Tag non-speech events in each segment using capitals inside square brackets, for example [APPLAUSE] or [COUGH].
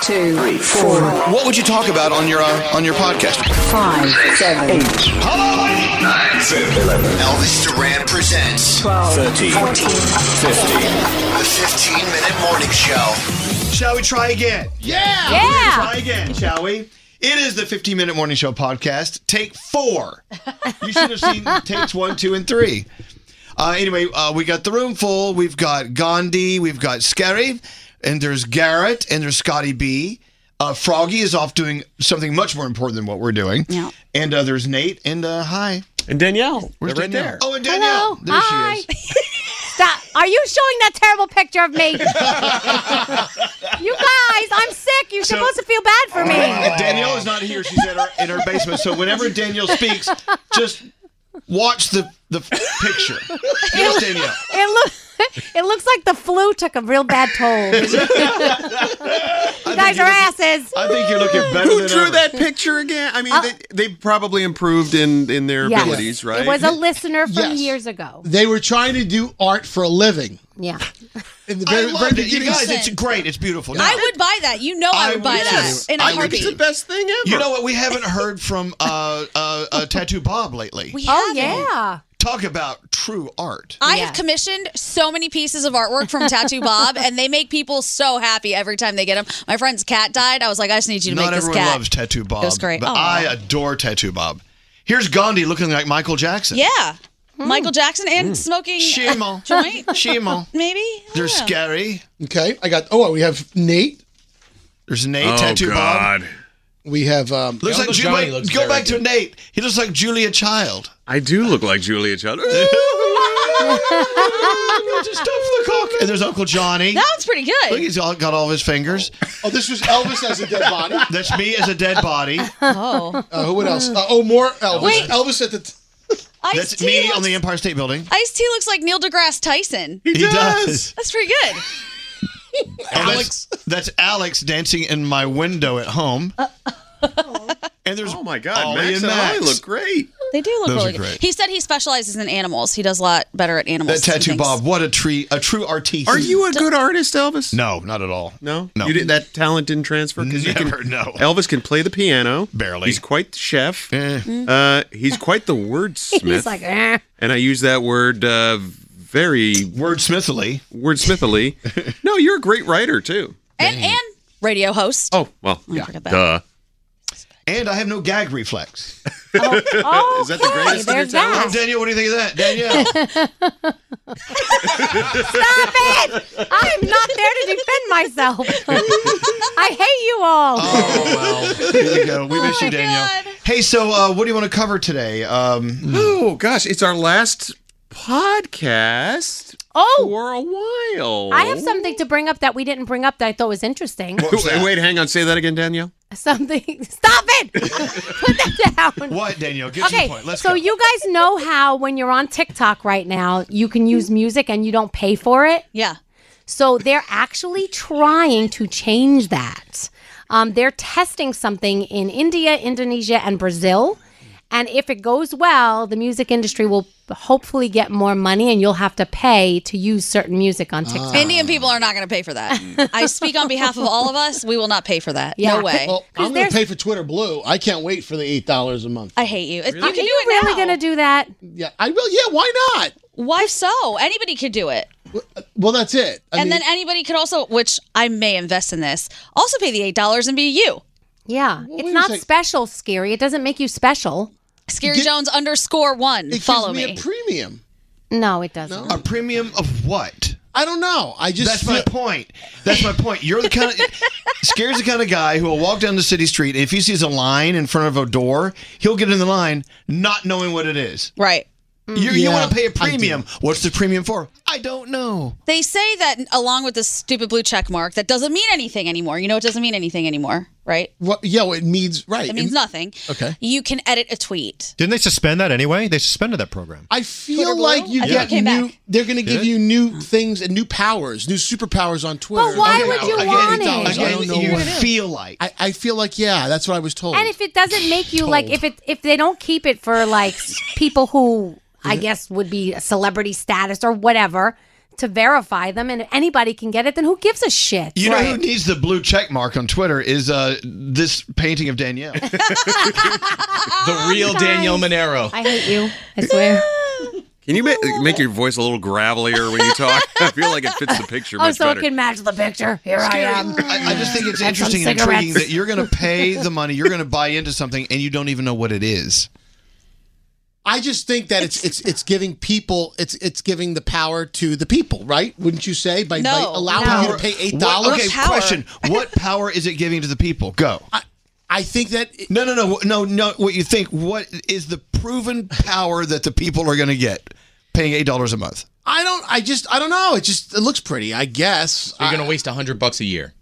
two, three, four, What would you talk about on your uh, on your podcast? five, seven, eight, Elvis Duran presents twelve, fourteen, the 15 minute morning show. Shall we try again? Yeah. We're gonna Yeah. Try again, shall we? It is the 15 minute morning show podcast. Take four. You should have seen takes one, two, and three. Uh, anyway, uh, we got the room full. We've got Gandhi. We've got Scary, and there's Garrett, and there's Scotty B. Uh, Froggy is off doing something much more important than what we're doing. Yeah. And uh, there's Nate. And uh, hi. And Danielle, Where's they're right Danielle? there. Oh, and Danielle. Hello. There Hi. she is. [LAUGHS] Stop. Are you showing that terrible picture of me? you guys, I'm sick. You're supposed to feel bad for [LAUGHS] me. Danielle is not here. She's at her, in her basement. So whenever Danielle speaks, just watch the the picture. Yes, Danielle. It look, [LAUGHS] it looks like the flu took a real bad [LAUGHS] toll. you guys are asses. I think you're looking better Who than drew ever. that picture again? I mean, Uh, they, they probably improved in in their Yes. abilities, right? It was a listener from Yes. years ago. They were trying to do art for a living. Yeah. In the I very, very love it. You beginning, guys, it's great. It's beautiful. Now, I would buy that. You know I, I would buy would that too. in a I would heartbeat. the best thing ever. You know what? We haven't heard from uh, uh, uh, Tattoo Bob lately. We Oh haven't. yeah. Talk about true art. I Yeah. have commissioned so many pieces of artwork from [LAUGHS] Tattoo Bob, and they make people so happy every time they get them. My friend's cat died. I was like, I just need you to Not make this everyone cat. loves Tattoo Bob. That's great. But Aw. I adore Tattoo Bob. Here's Gandhi looking like Michael Jackson. yeah, Hmm. Michael Jackson and smoking Shimo. joint, [LAUGHS] [LAUGHS] Shimo. maybe. There's Scary. okay, I got. Oh, we have Nate. There's Nate. Oh, Oh, Tattoo Bob. We have. Um, Looks like Johnny Julia. looks go very back to Nate. He looks like Julia [LAUGHS] Child. [LAUGHS] I do look like Julia Child. Just stuff the cock. And there's Uncle Johnny. That one's pretty Look, good. he's all, got all of his fingers. [LAUGHS] oh, this was Elvis as a dead body. That's me as a [LAUGHS] dead body. Oh, Uh, who what else? Uh, oh, more Elvis. Wait. Elvis at the. T- Ice That's T me looks, on the Empire State Building. Ice T looks like Neil deGrasse Tyson. He does. That's pretty good. Uh, And that's- That's, Alex dancing in my window at home. [LAUGHS] And there's Oh my God, Ollie Max and and, Ollie Max. look great. They do look Those are really good. great. He said he specializes in animals. He does a lot better at animals. that tattoo, and things. Bob. What a tree, a true artiste. Are you a good artist, Elvis? No, not at all. No, no. You didn't, that talent didn't transfer because you Never, can. no. Elvis can play the piano Barely. He's quite the chef. Eh. Uh, he's quite the [LAUGHS] wordsmith. He's like, [LAUGHS] eh. and I use that word uh, very Wordsmithily. wordsmithily. no, you're a great writer too. and and radio host. Oh well, yeah. forgot that. Duh. And I have no gag [LAUGHS] reflex. Oh, Is that the okay, greatest of your there's that. Oh, Danielle, what do you think of that? Danielle. [LAUGHS] Stop it! [LAUGHS] I'm not there to defend myself. [LAUGHS] I hate you all. oh, well. Here you go. Oh We miss you, Danielle. Hey, so uh, what do you want to cover today? Um, Oh gosh, it's our last podcast Oh. for a while. I have something to bring up that we didn't bring up that I thought was interesting. what was Wait, that? wait, hang on. Say that again, Danielle. [LAUGHS] Something. [LAUGHS] Stop [LAUGHS] it! Put that down. What, Danielle? Get to Okay, the point. Let's so go. you guys know how when you're on TikTok right now, you can use music and you don't pay for it. Yeah. So they're actually trying to change that. Um, they're testing something in India, Indonesia, and Brazil. And if it goes well, the music industry will hopefully get more money and you'll have to pay to use certain music Ah. on TikTok. Indian people are not going to pay for [LAUGHS] that. I speak on behalf of all of us. We will not pay for that. Yeah. No way. Well, I'm going to pay for Twitter Blue. I can't wait for the eight dollars a month. I hate you. It- You Are can do you it really now. going to do that? yeah, I will. Yeah, why not? Why so? Anybody could do it. Well, that's it. I and mean, then anybody could also, which I may invest in this, also pay the $8 and be you. Yeah. wait it's a not sec. special, Scary. It doesn't make you special. Scary Jones underscore one. it gives Follow me, me. a premium. No, it doesn't. a premium of what? I don't know. I just That's my feel- point. That's my point. You're the kind of [LAUGHS] scares the kind of guy who will walk down the city street and if he sees a line in front of a door, he'll get in the line not knowing what it is. right. Mm. You, you Yeah, want to pay I a do. premium. What's the premium for? I don't know. They say that along with this stupid blue check mark, that doesn't mean anything anymore. You know, it doesn't mean anything anymore, right? What, yeah, well, it means right. It means nothing. Okay. You can edit a tweet. Didn't they suspend that anyway? They suspended that program. I Twitter feel Blue? like you I think get it came new. back. They're going to give it? you new things and new powers, new superpowers on Twitter. But why Okay, would you I get want it? $8. I Again, don't know you why. feel like. I, I feel like yeah, that's what I was told. And if it doesn't make you like if it if they don't keep it for like s- people who I guess would be a celebrity status or whatever to verify them and anybody can get it, then who gives a shit? you know who needs the blue check mark on Twitter is uh, this painting [LAUGHS] of Danielle. The real Danielle Monero. I hate you. I [LAUGHS] swear. Can you make, make your voice a little gravelier when you talk? I feel like it fits the picture oh, much so better. it can match the picture. Here I am. I, I just think it's Had some interesting and intriguing cigarettes. that you're going to pay the money, you're going to buy into something, and you don't even know what it is. I just think that it's it's it's giving people it's it's giving the power to the people, right? Wouldn't you say by, by No. allowing No. you to pay eight What- dollars? okay, Power. question: What power is it giving to the people? Go. I think that it- No, no, no, no, no. What you think? What is the proven power that the people are going to get paying eight dollars a month? I don't. I just I don't know. It just it looks pretty. I guess You're I- going to waste 100 bucks a year,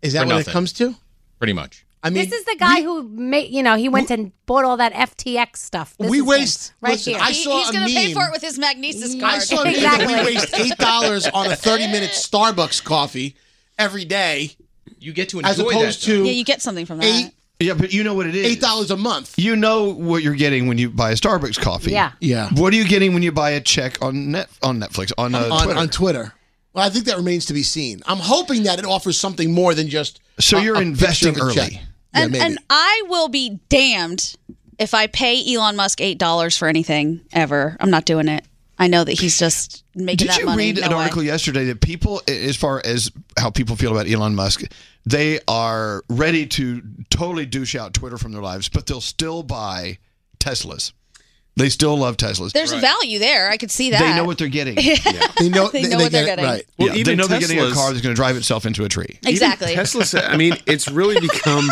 is that for what nothing. it comes to? pretty much. I mean, This is the guy who made you know, he went and bought all that FTX stuff. This we is him, waste. right listen, here. I He- saw he's a gonna meme. pay for it with his Magnesis card. [LAUGHS] I saw a meme that we waste eight dollars on a thirty-minute Starbucks coffee every day, You get to enjoy as opposed that. to yeah, you get something from that. eight Yeah, but you know what it is. eight dollars a month. You know what you're getting when you buy a Starbucks coffee. Yeah. Yeah. What are you getting when you buy a check on net on Netflix on, uh, on Twitter? on Twitter. Well, I think that remains to be seen. I'm hoping that it offers something more than just. So you're a investing picture of a early. check. Yeah, and, maybe. and I will be damned if I pay Elon Musk eight dollars for anything ever. I'm not doing it. I know that he's just making Did that you money. read No an way. article yesterday that people, a- as far as how people feel about Elon Musk, they are ready to totally douche out Twitter from their lives, but they'll still buy Teslas. They still love Teslas. There's a value there. I could see that. they know what they're getting. Yeah. they know [LAUGHS] They know what they're get it getting. right. well, Yeah, even they know Teslas, they're getting a car that's going to drive itself into a tree. exactly. Even Tesla said, I mean, it's really become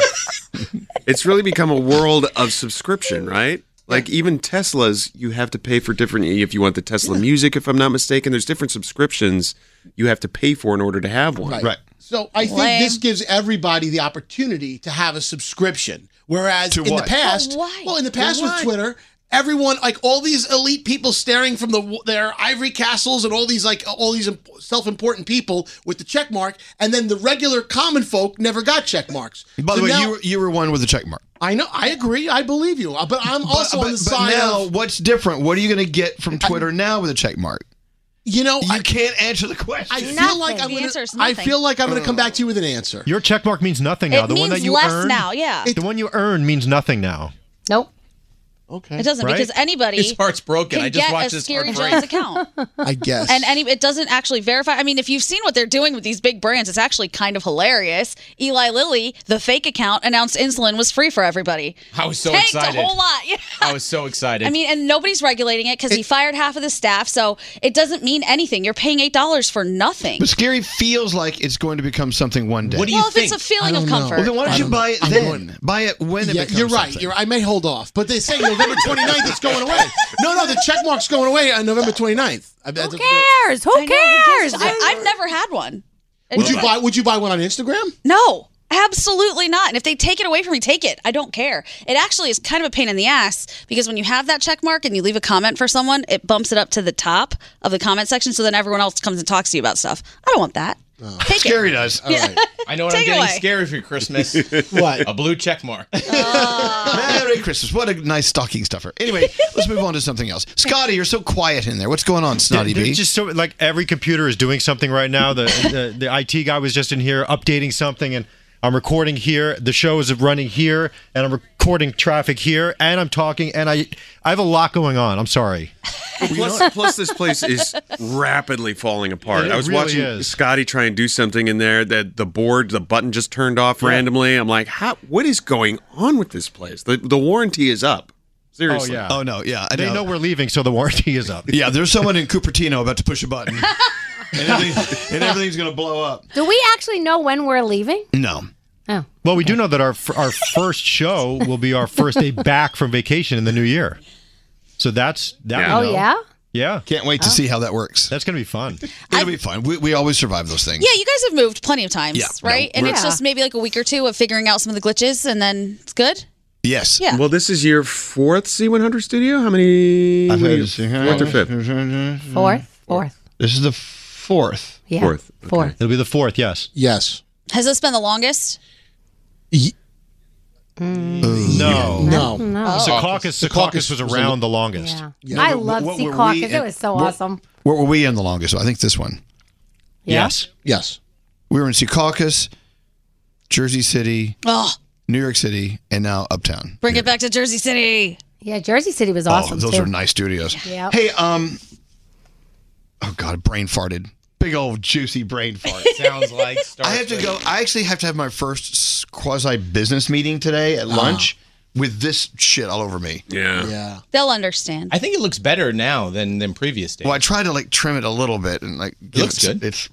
it's really become a world of subscription, right? Like even Teslas, you have to pay for different if you want the Tesla music, if I'm not mistaken. There's different subscriptions you have to pay for in order to have one. Right. So I think Lame. this gives everybody the opportunity to have a subscription. Whereas in what? the past, But why? well, in the past with Twitter, everyone like all these elite people staring from the their ivory castles and all these like all these imp- self-important people with the check mark and then the regular common folk never got check marks By the So way, now- you were, you were one with a check mark. i know i agree i believe you uh, but i'm also on the side now, of what's different? What are you going to get from Twitter now with a check mark? you know Oh, I, You can't answer the question. I feel Nothing. like i'm The answer gonna, is i nothing. feel like i'm gonna come back to you with an answer Your check mark means nothing now. It the one that means you less earn now, yeah. The one you earn means nothing now. Nope. okay It doesn't Right? because anybody His heart's broken. can I just get watched a this Scary heart Joe's break. account, [LAUGHS] i guess and any it doesn't actually verify. I mean, if you've seen what they're doing with these big brands, it's actually kind of hilarious. Eli Lilly, the fake account, announced insulin was free for everybody. I was so Tanked excited. a whole lot. [LAUGHS] Yeah. I was so excited. I mean, and nobody's regulating it because he fired half of the staff, so it doesn't mean anything. You're paying eight dollars for nothing. But scary feels like it's going to become something one day. what do you Well, if think? it's a feeling I of don't know. comfort, well, then why don't I you don't know. buy it I'm then? going- buy it when it Yeah, becomes you're right. something. You're, I may hold off, but they say November [LAUGHS] 29th it's going away. No, no, the check mark's going away on November 29th. I, bet Who cares? Who I know, who cares? I, I've never had one. Would you buy? Would you buy one on Instagram? No, absolutely not. And if they take it away from me, take it. I don't care. It actually is kind of a pain in the ass because when you have that check mark and you leave a comment for someone, it bumps it up to the top of the comment section. So then everyone else comes and talks to you about stuff. I don't want that. Take Scary it. does. [LAUGHS] I know what Take I'm it getting away. scary for Christmas. [LAUGHS] What? a blue check mark. Merry Christmas. What a nice stocking stuffer. Anyway, let's move on to something else. Scotty, you're so quiet in there. What's going on, Snotty There's B? just so like every computer is doing something right now. The, the the IT guy was just in here updating something, and I'm recording here. The show is running here, and I'm recording traffic here, and I'm talking, and I I have a lot going on. I'm sorry. [LAUGHS] Plus, plus, this place is rapidly falling apart. It I was really watching is. Scotty try and do something in there that the board, the button just turned off randomly. I'm like, how? What is going on with this place? The the warranty is up. Seriously. oh, no. Yeah. I they know we're leaving, so the warranty is up. Yeah, there's someone in Cupertino about to push a button. and, everything, and everything's going to blow up. Do we actually know when we're leaving? No. Oh. Well, we do know that our our first show will be our first day back from vacation in the new year. So that's that. Yeah. we Oh know. yeah. yeah. Can't wait to see how that works. That's gonna be fun. It'll be fun. We, we always survive those things. Yeah, you guys have moved plenty of times, Yeah, no, right? and it's we're- just maybe like a week or two of figuring out some of the glitches, and then it's good. Yes. Yeah. Um, Well, this is your fourth C100 studio. How many? I've what had is- this- Fourth or fifth? Fourth. Fourth. This is the fourth. Yeah. Fourth, okay. Fourth. It'll be the fourth. Yes. Yes. Has this been the longest? No. No. The caucus. The caucus was around the longest. Yeah. I love what Sea were we Caucus. It in- was so what- awesome. Where were we in the longest? I think this one. Yes. Yes. We were in Secaucus, Jersey City, Oh, New York City, and now Uptown. bring it back to Jersey City. Yeah, Jersey City was awesome oh, those too. are nice studios. Yeah. Hey, um, oh god, brain farted. Big old juicy brain fart. Sounds like. I have to go. I actually have to have my first quasi business meeting today at lunch with this shit all over me. Yeah. Yeah. They'll understand. I think it looks better now than than previous days. Well, I try to like trim it a little bit and like. give looks it- good. It's.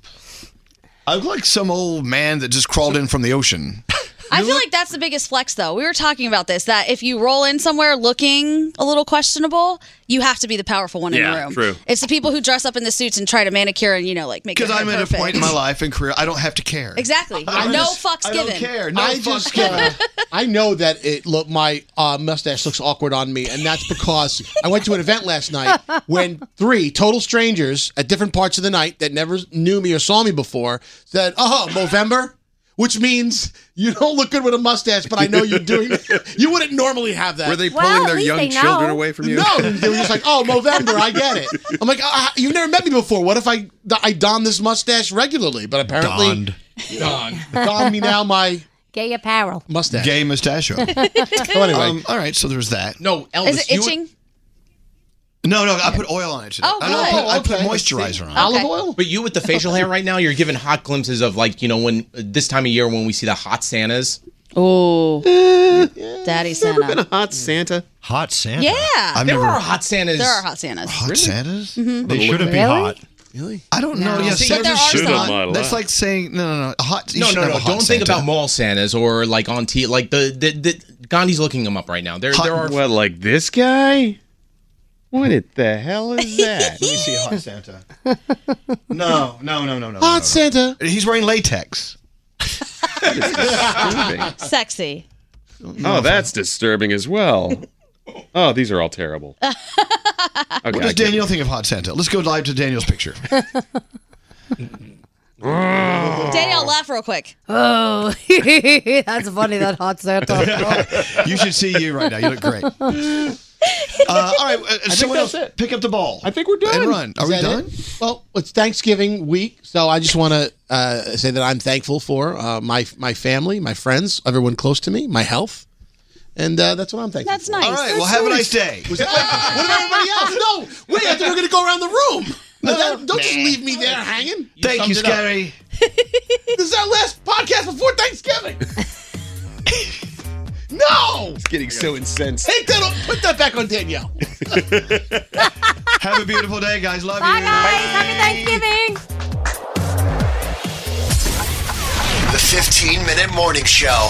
I look like some old man that just crawled in from the ocean. I feel like that's the biggest flex, though. We were talking about this that if you roll in somewhere looking a little questionable, you have to be the powerful one in the Yeah, room. true. It's the people who dress up in the suits and try to manicure and you know, like make. Because their hair I'm at a perfect. point in my life and career, I don't have to care. Exactly. I no just- fucks I given. don't care. No I fucks just given. uh, I know that it look my uh, mustache looks awkward on me, and that's because I went to an event last night when three total strangers at different parts of the night that never knew me or saw me before said, "Oh, Movember." Which means you don't look good with a mustache, but I know you're doing. You wouldn't normally have that. Were they Well, pulling at their least young they children know. away from you? No, they were just like, "Oh, Movember, I get it." I'm like, uh, "You've never met me before. What if I I don this mustache regularly?" But apparently, Donned. Don. don me now my Gay apparel. mustache. Gay mustachio. So anyway, um, all right, so there's that. No, Elvis. Is it you were- itching? No, no, I put oil on it today. Oh, I, don't good. put, I put Okay. moisturizer on. it. olive Okay. oil. But you with the facial hair right now, you're giving hot glimpses of like you know when this time of year when we see the hot Santas. Oh, Daddy Santa. Been a hot Santa. Hot Santa. yeah, I've There never are hot Santas. there are hot Santas. hot Santas. They shouldn't be Really? hot. I don't know. Yeah, See, but there Santas are should some. not- Model That's up. like saying no, no, no. a Hot. you No, should no, have a no! hot Don't think Santa. about mall Santas or like on T. Like the, the the Gandhi's looking them up right now. There, Hot- there are What, like this guy? What it the hell is that? Let me see a hot [LAUGHS] Santa. No, no, no, no, no. Hot Santa. no. He's wearing latex. That is disturbing. Sexy. Oh, that's disturbing as well. Oh, these are all [LAUGHS] terrible. Okay, What does Daniel think of Hot Santa? Let's go live to Daniel's picture. [LAUGHS] Danielle, laugh real quick. Oh, [LAUGHS] that's funny, that hot [LAUGHS] Santa. you should see you right now. You look great. Uh, all right, uh, someone else pick up the ball. I think we're done. And run. Are Is we that done? it? Well, it's Thanksgiving week, so I just want to uh, say that I'm thankful for uh, my my family, my friends, everyone close to me, my health, and uh, that's what I'm thankful. That's nice. All right. Well, have a nice day. Was that like, what about everybody else? [LAUGHS] No, wait, I think we're gonna go around the room. No, that- don't just leave me there hanging. Thank you, summed it up. Scary. This is our last podcast before Thanksgiving. no, getting so incensed. take that. on- Put that back on Danielle. Have a beautiful day, guys. Love Bye, you. guys. Happy Thanksgiving. The 15 Minute Morning Show.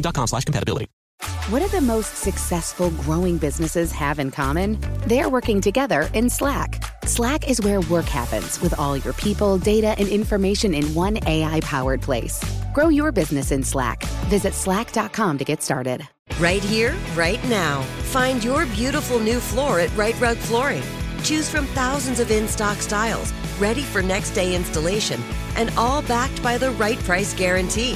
slash compatibility. What do the most successful growing businesses have in common? They're working together in Slack. Slack is where work happens with all your people, data, and information in one AI powered place. Grow your business in Slack. Visit slack.com to get started. Right here, right now. Find your beautiful new floor at Right Rug Flooring. Choose from thousands of in-stock styles, ready for next day installation, and all backed by the right price guarantee.